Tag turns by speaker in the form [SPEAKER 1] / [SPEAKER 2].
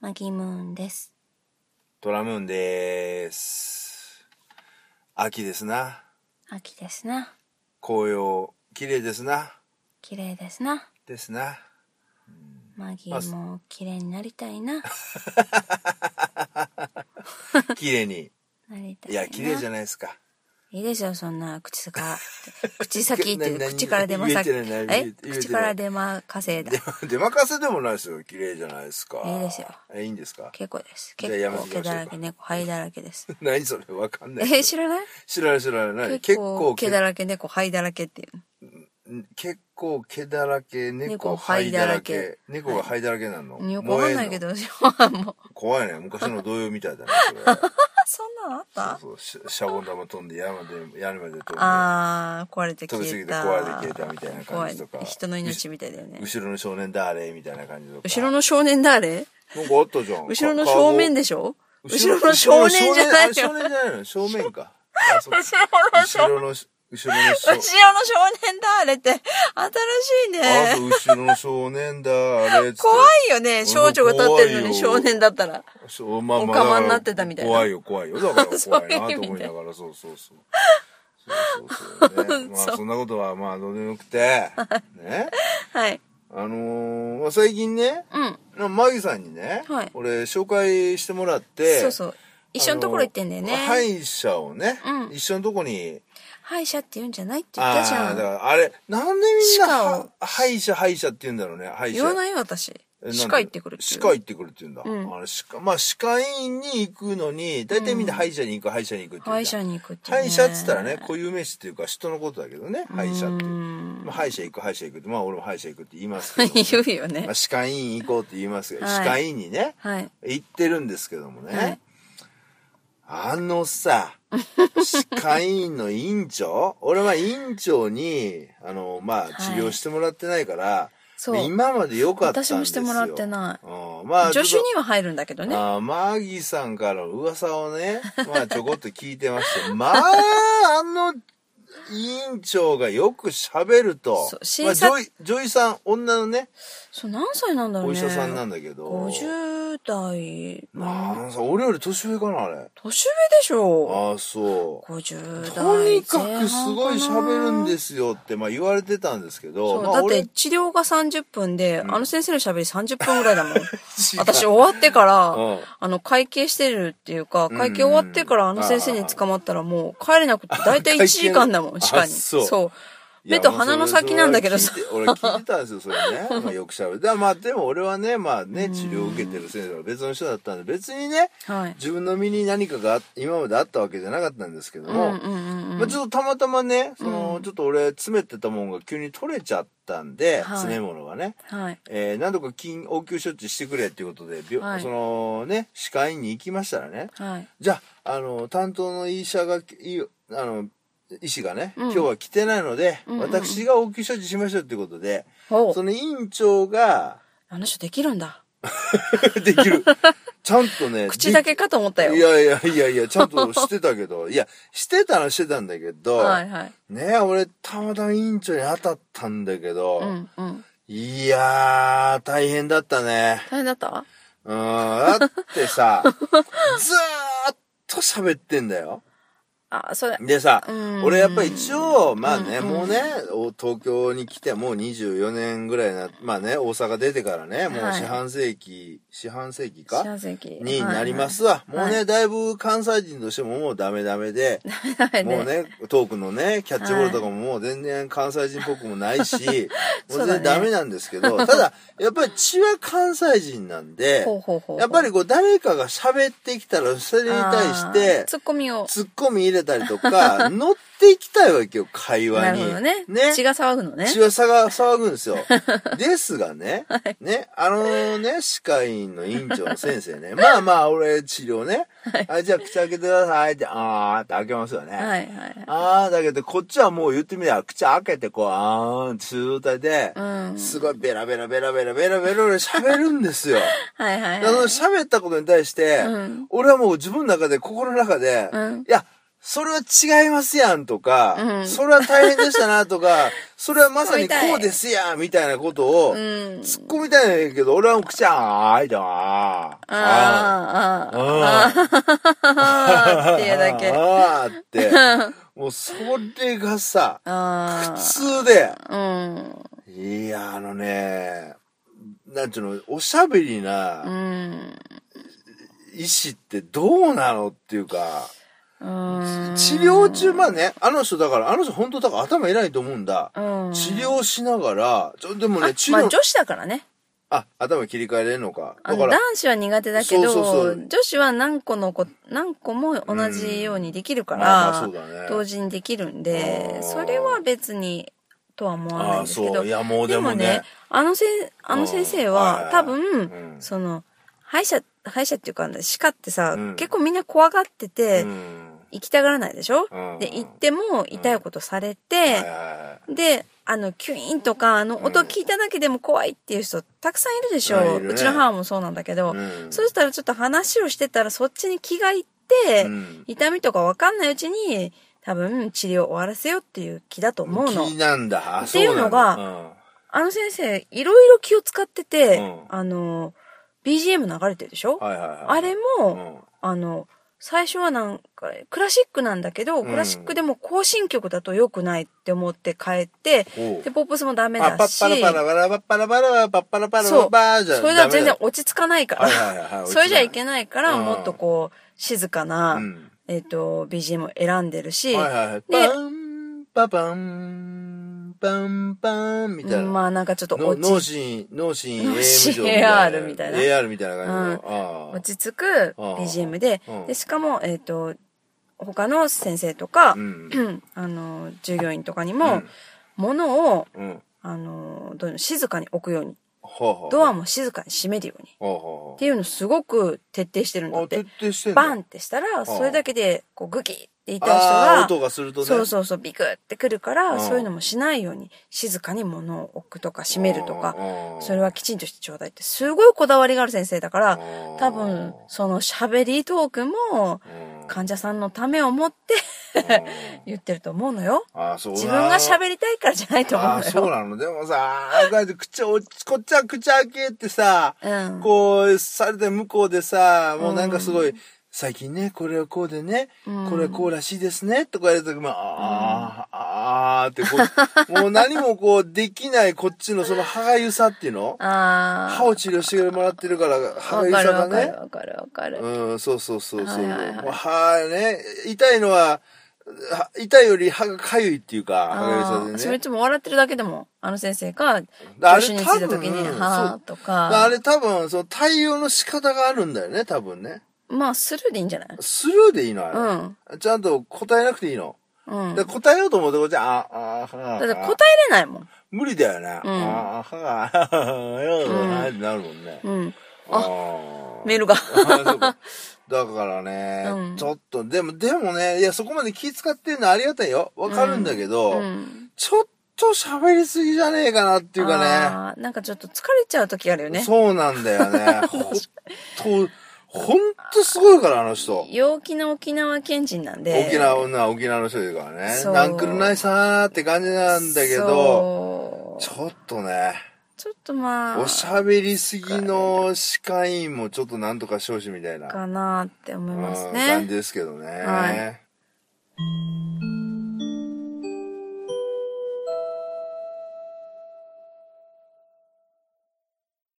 [SPEAKER 1] マギムーンです。
[SPEAKER 2] ドラムーンでーす。秋ですな。
[SPEAKER 1] 秋ですな。
[SPEAKER 2] 紅葉、綺麗ですな。
[SPEAKER 1] 綺麗ですな。
[SPEAKER 2] ですな。
[SPEAKER 1] マギも綺麗になりたい な。
[SPEAKER 2] 綺麗に。
[SPEAKER 1] なりたい
[SPEAKER 2] い
[SPEAKER 1] な。
[SPEAKER 2] や、綺麗じゃないですか。
[SPEAKER 1] いいでしょ、そんな口から。 口先って
[SPEAKER 2] なな
[SPEAKER 1] 口から出まさ
[SPEAKER 2] 言えてない
[SPEAKER 1] え
[SPEAKER 2] 何言えてない
[SPEAKER 1] 口から出ま稼いだ
[SPEAKER 2] で。出まかせでもないですよ。綺麗じゃないですか。
[SPEAKER 1] いいですよ
[SPEAKER 2] え、いいんですか
[SPEAKER 1] 結構です。
[SPEAKER 2] じゃ
[SPEAKER 1] 結
[SPEAKER 2] あやめ
[SPEAKER 1] 構
[SPEAKER 2] てきまし
[SPEAKER 1] 毛
[SPEAKER 2] ょうか
[SPEAKER 1] だらけ、猫、灰だらけ です。
[SPEAKER 2] 何それわかんない。
[SPEAKER 1] え、知らない
[SPEAKER 2] 知らない知らない。
[SPEAKER 1] 結
[SPEAKER 2] 結
[SPEAKER 1] 構
[SPEAKER 2] 構
[SPEAKER 1] 毛だらけ、猫、灰だらけっていう。
[SPEAKER 2] 結構毛だらけ、
[SPEAKER 1] 猫
[SPEAKER 2] 猫灰だら
[SPEAKER 1] 灰だら
[SPEAKER 2] け
[SPEAKER 1] け。
[SPEAKER 2] 猫が灰だらけなの。
[SPEAKER 1] よくわかんないけ
[SPEAKER 2] ど。
[SPEAKER 1] ど、 もう。
[SPEAKER 2] 怖いね。昔の童謡みたいだね。それ
[SPEAKER 1] あ、そんなのあった
[SPEAKER 2] そうシャシャボン玉飛んで山で屋根まで飛んで
[SPEAKER 1] あー、壊れて消
[SPEAKER 2] 飛びす
[SPEAKER 1] え
[SPEAKER 2] ぎて
[SPEAKER 1] た。
[SPEAKER 2] 壊れて消えたみたいな感じとか
[SPEAKER 1] 怖い人の命みたいだよね。
[SPEAKER 2] 後ろの少年誰みたいな感じとか
[SPEAKER 1] 後ろの少年誰
[SPEAKER 2] なんかあったじゃん
[SPEAKER 1] 後ろの正面
[SPEAKER 2] で
[SPEAKER 1] でしょ後ろの正面じゃないよ。
[SPEAKER 2] 後
[SPEAKER 1] 後
[SPEAKER 2] ろ
[SPEAKER 1] ろの
[SPEAKER 2] の少年あれ少年じゃないの正面かあそっか
[SPEAKER 1] 正
[SPEAKER 2] 後
[SPEAKER 1] 面。
[SPEAKER 2] ろのし後ろのし
[SPEAKER 1] 後ろの少年だ、あれって。
[SPEAKER 2] あ
[SPEAKER 1] 新しい
[SPEAKER 2] そ
[SPEAKER 1] ね。
[SPEAKER 2] う後ろの少年だあれっつって
[SPEAKER 1] 怖いよね。少女が立ってるのに
[SPEAKER 2] 怖いよ
[SPEAKER 1] 少年だったら。
[SPEAKER 2] そうまあまあ
[SPEAKER 1] お釜になってたみたいな
[SPEAKER 2] 怖いよ怖いよだから
[SPEAKER 1] そう
[SPEAKER 2] 怖いなと思いなが らそうそうそうそうそうそう、ね、まあそんなことはまあどうでもよくてね
[SPEAKER 1] はい。
[SPEAKER 2] あのーまあ、最近ね、
[SPEAKER 1] うん。
[SPEAKER 2] まあマギさんにね、
[SPEAKER 1] はい
[SPEAKER 2] 俺紹介してもらって
[SPEAKER 1] そうそう。一緒のところ行ってんだよね。
[SPEAKER 2] あの歯医者をね、
[SPEAKER 1] うん
[SPEAKER 2] 一緒のとこに
[SPEAKER 1] 歯医者って言うんじゃないって言ったじ
[SPEAKER 2] あーだか
[SPEAKER 1] ゃん。
[SPEAKER 2] らあれなんでみんな
[SPEAKER 1] 歯科を
[SPEAKER 2] は歯医者歯医者って言うんだろうね歯医者
[SPEAKER 1] 言わないよ、私。歯科行ってくるっていう
[SPEAKER 2] 歯科行ってくるって言うんだ、
[SPEAKER 1] ん
[SPEAKER 2] あの歯科まあ歯科医院に行くのに大体みんな歯医者に行く、歯医者に行くって言
[SPEAKER 1] 歯
[SPEAKER 2] う
[SPEAKER 1] 医
[SPEAKER 2] じゃ
[SPEAKER 1] 者
[SPEAKER 2] ん
[SPEAKER 1] に行くっていう、
[SPEAKER 2] 歯
[SPEAKER 1] ね。
[SPEAKER 2] 医者っつったらね固有名詞っていうか人のことだけどね歯医者って、
[SPEAKER 1] うん。
[SPEAKER 2] まあ、歯医者行く歯医者行くってまあ俺も歯医者行くって言いますけ ど
[SPEAKER 1] 言うよね
[SPEAKER 2] まあ、。歯科医院行こうって言いますけど、
[SPEAKER 1] はい
[SPEAKER 2] 歯科医院にね、
[SPEAKER 1] はい。
[SPEAKER 2] 行ってるんですけどもね、
[SPEAKER 1] はい
[SPEAKER 2] あのさ、歯科医院の院 長俺は院長に、あの、まあ、治療してもらってないから、
[SPEAKER 1] そう
[SPEAKER 2] 今まで良かったんです
[SPEAKER 1] 私
[SPEAKER 2] よ。。
[SPEAKER 1] もしてもらってない
[SPEAKER 2] うん、まあ、
[SPEAKER 1] い。助手
[SPEAKER 2] ち
[SPEAKER 1] には入るんだけど
[SPEAKER 2] ょっ
[SPEAKER 1] ね
[SPEAKER 2] と。あーマギさんからの噂をね、 まあ、ちょこっと聞いてまして、まあ、あの、院長がよく喋ると
[SPEAKER 1] そう、
[SPEAKER 2] ま
[SPEAKER 1] 診
[SPEAKER 2] あ、ジ
[SPEAKER 1] 察
[SPEAKER 2] ョイ、ジョイさん、女のね、
[SPEAKER 1] そう、何歳なんだろう
[SPEAKER 2] お
[SPEAKER 1] ね。
[SPEAKER 2] 医者さんなんだけど。
[SPEAKER 1] 50代、
[SPEAKER 2] なんさ、俺より年上かな、あれ。
[SPEAKER 1] 年上でしょ
[SPEAKER 2] ああ、そう。
[SPEAKER 1] 50代
[SPEAKER 2] とにかくすごい
[SPEAKER 1] 前半かな
[SPEAKER 2] 喋るんですよって、まあ言われてたんですけ
[SPEAKER 1] そ
[SPEAKER 2] ど、
[SPEAKER 1] う
[SPEAKER 2] まあ
[SPEAKER 1] だって治療が30分で、あの先生の喋り30分ぐらいだも ん
[SPEAKER 2] う
[SPEAKER 1] 私終わってから、
[SPEAKER 2] うん
[SPEAKER 1] あの会計してるっていうか会計終わってからあの先生に捕まったらもう帰れなくて大体1時間だもん
[SPEAKER 2] あ
[SPEAKER 1] 歯科
[SPEAKER 2] あ
[SPEAKER 1] に
[SPEAKER 2] そう
[SPEAKER 1] う目と鼻の先なんだけどさ
[SPEAKER 2] いやまあそれそれは聞いて俺聞いてたんですよ、それ ね。まあよく喋る。だからまあでも俺はね、まあね、治療を受けてる先生は別の人だったんで、別にね、
[SPEAKER 1] はい
[SPEAKER 2] 自分の身に何かが今まであったわけじゃなかったんですけど
[SPEAKER 1] うん
[SPEAKER 2] も、
[SPEAKER 1] うんうんうん
[SPEAKER 2] まあ、ちょっとたまたまね、その、ちょっと俺詰めてたもんが急に取れちゃったんで、
[SPEAKER 1] はい
[SPEAKER 2] 詰め物がね。
[SPEAKER 1] はい
[SPEAKER 2] えー何度か緊応急処置してくれっていうことで、病
[SPEAKER 1] はい
[SPEAKER 2] そのね、歯科医院に行きましたらね、
[SPEAKER 1] はい
[SPEAKER 2] じゃあ、あの、担当の医者が、いあの、医師がね、
[SPEAKER 1] ん
[SPEAKER 2] 今日は来てないので、
[SPEAKER 1] んうん
[SPEAKER 2] 私が応急処置しましょうってことで、
[SPEAKER 1] ほう
[SPEAKER 2] その院長 が、
[SPEAKER 1] あの人できるんだ
[SPEAKER 2] できる。ちゃんとね、
[SPEAKER 1] 口だけかと思った
[SPEAKER 2] できい
[SPEAKER 1] よ
[SPEAKER 2] やいやいやいや、ちゃんとしてたけど、いや、してたらしてたんだけど、
[SPEAKER 1] はいはい
[SPEAKER 2] ね俺、たまたま院長に当たったんだけど、
[SPEAKER 1] うんうん
[SPEAKER 2] いやー、大変だったね。
[SPEAKER 1] 大変だった
[SPEAKER 2] うん、だって さ、ずーっと喋ってんだよ。
[SPEAKER 1] あそれ
[SPEAKER 2] でさ、
[SPEAKER 1] うん
[SPEAKER 2] 俺やっぱ一応、まあね、もうね、お東京に来てもう24年ぐらいな、まあね、大阪出てからね、もう
[SPEAKER 1] はい
[SPEAKER 2] 四半世紀、四半世紀か
[SPEAKER 1] 幸せ期
[SPEAKER 2] になりま、す
[SPEAKER 1] は
[SPEAKER 2] わ。
[SPEAKER 1] いはい
[SPEAKER 2] もうね、だいぶ関西人としてももうダメダメで、
[SPEAKER 1] いはいはい
[SPEAKER 2] もうね、トークのね、キャッチボールとかももう全然関西人っぽく もないし、もう
[SPEAKER 1] そうだ
[SPEAKER 2] 全
[SPEAKER 1] ね
[SPEAKER 2] 然ダメなんですけど、ただ、やっぱり血は関西人なんで、
[SPEAKER 1] ほうほうほうほう
[SPEAKER 2] やっぱりこう誰かが喋ってきたら、それに対して
[SPEAKER 1] あー、ツッコミを
[SPEAKER 2] ツッコミ入れたり とか、乗っていきたいわけよ、会
[SPEAKER 1] な
[SPEAKER 2] 話
[SPEAKER 1] るほ
[SPEAKER 2] に。
[SPEAKER 1] どね血が騒ぐのね
[SPEAKER 2] 血はさが騒ぐん ですよ。ですがね、ね、あのね、歯科医院の院長の先生ね、まあまあ、俺、治療ね、あ、じゃあ口開けてくださいって、あーって開けますよね。
[SPEAKER 1] はいはいはい
[SPEAKER 2] あー、だけど、こっちはもう言ってみれば、口開けて、こう、あーん、中態で、
[SPEAKER 1] うん
[SPEAKER 2] すごいベラベラベラベラベラベラベラ喋るんですよ。
[SPEAKER 1] はいはい
[SPEAKER 2] あの、
[SPEAKER 1] はい
[SPEAKER 2] 喋ったことに対して、
[SPEAKER 1] うん
[SPEAKER 2] 俺はもう自分の中で、心の中で、
[SPEAKER 1] うん
[SPEAKER 2] いや、それは違いますやんとか、
[SPEAKER 1] うん
[SPEAKER 2] それは大変でしたなとか、 それはまさにこうですやんみたいなことを、
[SPEAKER 1] うん。
[SPEAKER 2] 突っ込みたいんやけど、俺は口あーいだな
[SPEAKER 1] ああ、ああ、ああ、っていうだけ。 あ
[SPEAKER 2] あーって。 もうそれがさ、
[SPEAKER 1] あ
[SPEAKER 2] 普通で、
[SPEAKER 1] ー、
[SPEAKER 2] いや、あのね、なんちゅうの、おしゃべり
[SPEAKER 1] う。
[SPEAKER 2] なん医師ってどうなのっていうか、
[SPEAKER 1] うん。
[SPEAKER 2] 治療中、まあね、あの人だから、あの人本当だから頭偉いと思うんだ。
[SPEAKER 1] うん。
[SPEAKER 2] 治療しながら、ちょ、でもね、治
[SPEAKER 1] まあ
[SPEAKER 2] 療、
[SPEAKER 1] 女子だからね。
[SPEAKER 2] あ、頭切り替えれんのか。
[SPEAKER 1] あ
[SPEAKER 2] だ
[SPEAKER 1] の
[SPEAKER 2] から
[SPEAKER 1] 男、子は苦手だけど
[SPEAKER 2] そうそうそう
[SPEAKER 1] 女子は何個のこ何個も同じようにできるから、
[SPEAKER 2] まあまあそうだね。
[SPEAKER 1] 同時にできるん
[SPEAKER 2] あ
[SPEAKER 1] で
[SPEAKER 2] ー
[SPEAKER 1] それは別にとは思わない
[SPEAKER 2] あ
[SPEAKER 1] ん
[SPEAKER 2] あ、
[SPEAKER 1] ですけ
[SPEAKER 2] そ
[SPEAKER 1] ど
[SPEAKER 2] う。いや、もう
[SPEAKER 1] で
[SPEAKER 2] で
[SPEAKER 1] も
[SPEAKER 2] も
[SPEAKER 1] ね
[SPEAKER 2] ね。
[SPEAKER 1] あのせんあの先生は、
[SPEAKER 2] うん
[SPEAKER 1] 多分、
[SPEAKER 2] うん
[SPEAKER 1] その歯医者歯医者っていうか歯科ってさ、
[SPEAKER 2] うん
[SPEAKER 1] 結構みんな怖がってて、
[SPEAKER 2] うん
[SPEAKER 1] 行きたがらないでしょ、
[SPEAKER 2] うん
[SPEAKER 1] で行っても痛いことされ
[SPEAKER 2] はい
[SPEAKER 1] て、
[SPEAKER 2] はいはい
[SPEAKER 1] であのキュイーンとかあの音聞いただけでも怖いっていう人たくさんいるでしょ、
[SPEAKER 2] う
[SPEAKER 1] うん
[SPEAKER 2] いるね
[SPEAKER 1] ちの母もそうなんだけど、
[SPEAKER 2] うん
[SPEAKER 1] そしたらちょっと話をしてたらそっちに気がいって、
[SPEAKER 2] うん
[SPEAKER 1] 痛みとかわかんないうちに多分治療を終わらせようっていう気だと思うの
[SPEAKER 2] 気。なんだ。あ
[SPEAKER 1] っていうのが、あの先生いろいろ気を使ってて、
[SPEAKER 2] うん
[SPEAKER 1] あの BGM 流れてるでしょ、
[SPEAKER 2] そうなんだうんはいはいはい。
[SPEAKER 1] あれも、
[SPEAKER 2] うん
[SPEAKER 1] あの最初はなんかクラシックなんだけど、
[SPEAKER 2] ん
[SPEAKER 1] クラシックでも更新曲だと良くないって思って変えて、
[SPEAKER 2] おう
[SPEAKER 1] でポップスもダメ
[SPEAKER 2] あ、パ
[SPEAKER 1] だ
[SPEAKER 2] ッ
[SPEAKER 1] し
[SPEAKER 2] パラパラパラパッパラパラパッパラパラパラパーじゃ
[SPEAKER 1] それでは全然
[SPEAKER 2] ダ
[SPEAKER 1] 落ち着かないから、
[SPEAKER 2] はいはいはいはい
[SPEAKER 1] それじゃいけないから、
[SPEAKER 2] うん
[SPEAKER 1] もっとこう静かな、
[SPEAKER 2] うん
[SPEAKER 1] えっ、と BGM を選んでるし、
[SPEAKER 2] メだはいはいはい。
[SPEAKER 1] で
[SPEAKER 2] パン、パパン、パンパンみたいな。
[SPEAKER 1] まあなんかちょっと
[SPEAKER 2] の
[SPEAKER 1] 落
[SPEAKER 2] 脳
[SPEAKER 1] ち
[SPEAKER 2] 神、脳神
[SPEAKER 1] 脳
[SPEAKER 2] AM 上
[SPEAKER 1] 神 AR みたいな
[SPEAKER 2] AR みたいな感じの。ああ
[SPEAKER 1] 落ち着く
[SPEAKER 2] ああ
[SPEAKER 1] BGM で
[SPEAKER 2] うん
[SPEAKER 1] でしかも、えっと他の先生とか、
[SPEAKER 2] うん。
[SPEAKER 1] あの従業員とかに
[SPEAKER 2] う
[SPEAKER 1] も、
[SPEAKER 2] ん
[SPEAKER 1] 物を
[SPEAKER 2] うん。
[SPEAKER 1] あのどういうの静かに置くように
[SPEAKER 2] ほうほう。
[SPEAKER 1] ドア
[SPEAKER 2] も。
[SPEAKER 1] も静かに閉めるようにっ
[SPEAKER 2] ほうほ
[SPEAKER 1] ていうのすごく徹底してるん
[SPEAKER 2] うほ
[SPEAKER 1] だ
[SPEAKER 2] う。
[SPEAKER 1] っ
[SPEAKER 2] あ、徹
[SPEAKER 1] て
[SPEAKER 2] 底してんの
[SPEAKER 1] バンってしたらそれだけでこうグキっていた
[SPEAKER 2] ああ、
[SPEAKER 1] 人
[SPEAKER 2] 音がすると
[SPEAKER 1] が
[SPEAKER 2] ね。
[SPEAKER 1] そうそうそうビクってくるから
[SPEAKER 2] うん
[SPEAKER 1] そういうのもしないように静かに物を置くとか閉めるとか
[SPEAKER 2] うん。
[SPEAKER 1] それはきちんとしてちょうだいってすごいこだわりがある先生だから
[SPEAKER 2] うん
[SPEAKER 1] 多分その喋りトークも
[SPEAKER 2] うん
[SPEAKER 1] 患者さんのためを持って 言ってると思うのよ。
[SPEAKER 2] ああ、そうな
[SPEAKER 1] 自分が喋りたいからじゃないと思うの
[SPEAKER 2] あ
[SPEAKER 1] よ。
[SPEAKER 2] あ、そうなの。でもさ、ああこうやって口を、こっちは口開けってさ、
[SPEAKER 1] うん
[SPEAKER 2] こう、されて向こうでさ、もうなん
[SPEAKER 1] う
[SPEAKER 2] か
[SPEAKER 1] ん
[SPEAKER 2] すごい、最近ね、これはこうでね、
[SPEAKER 1] うん
[SPEAKER 2] これはこうらしいですね、とか言われた時も、ああ、ああってこ う、もう何もこう、できないこっちのその歯がゆさっていうの
[SPEAKER 1] ああ。
[SPEAKER 2] 歯を治療してもらってるから、歯が
[SPEAKER 1] わ
[SPEAKER 2] ゆ
[SPEAKER 1] かる
[SPEAKER 2] さ
[SPEAKER 1] わ
[SPEAKER 2] が
[SPEAKER 1] か
[SPEAKER 2] ね
[SPEAKER 1] る。わかるわかる。
[SPEAKER 2] うん、そうそうそうそう。
[SPEAKER 1] はいはいはい
[SPEAKER 2] もう歯ね、痛いのは、は痛いより歯が痒いっていうか、歯がゆ
[SPEAKER 1] ああ、
[SPEAKER 2] さ
[SPEAKER 1] そ
[SPEAKER 2] で
[SPEAKER 1] れい
[SPEAKER 2] ね。
[SPEAKER 1] つも笑ってるだけでも、あの先生が、
[SPEAKER 2] あれ
[SPEAKER 1] 助手についた時に、
[SPEAKER 2] 多分
[SPEAKER 1] はあ、と
[SPEAKER 2] あ
[SPEAKER 1] か、
[SPEAKER 2] れ多分、その対応の仕方があるんだよね、多分ね。
[SPEAKER 1] まあ、スルーでいいんじゃない
[SPEAKER 2] スルーでいいの
[SPEAKER 1] う
[SPEAKER 2] あ
[SPEAKER 1] ん。
[SPEAKER 2] れ。ちゃんと答えなくていいの。
[SPEAKER 1] うん。だ
[SPEAKER 2] で
[SPEAKER 1] って
[SPEAKER 2] 答えようと思うと、こっちは、あ、あ、あ、
[SPEAKER 1] 答え
[SPEAKER 2] あ、
[SPEAKER 1] れないもん。
[SPEAKER 2] 無理だよね。あ、
[SPEAKER 1] ん
[SPEAKER 2] あ、あ、あ、あ、ってなるもんね。
[SPEAKER 1] うん。
[SPEAKER 2] あー
[SPEAKER 1] メールが。
[SPEAKER 2] あそうかだからね、
[SPEAKER 1] うん
[SPEAKER 2] ちょっと、でも、でもね、いや、そこまで気使ってんのありがたいよ。わかるんだけど、
[SPEAKER 1] うん。
[SPEAKER 2] ちょっと喋りすぎじゃねえかなっていうか
[SPEAKER 1] あーなんかちょっと疲れちゃう時あるよ
[SPEAKER 2] ね。
[SPEAKER 1] ね。
[SPEAKER 2] そうなんだよね。ほんと、ほんとすごいから、あの人。
[SPEAKER 1] 陽気な沖縄県人なんで。
[SPEAKER 2] 沖縄女は沖縄の人だからね。
[SPEAKER 1] そう
[SPEAKER 2] なんくるないさーって感じなんだけど、
[SPEAKER 1] そう
[SPEAKER 2] ちょっとね、
[SPEAKER 1] ちょっとまあ。
[SPEAKER 2] おしゃべりすぎの歯科医院もちょっとなんとかしてほしいみたいな。
[SPEAKER 1] かなって思います
[SPEAKER 2] うん
[SPEAKER 1] ね。
[SPEAKER 2] 感じですけどね。
[SPEAKER 1] は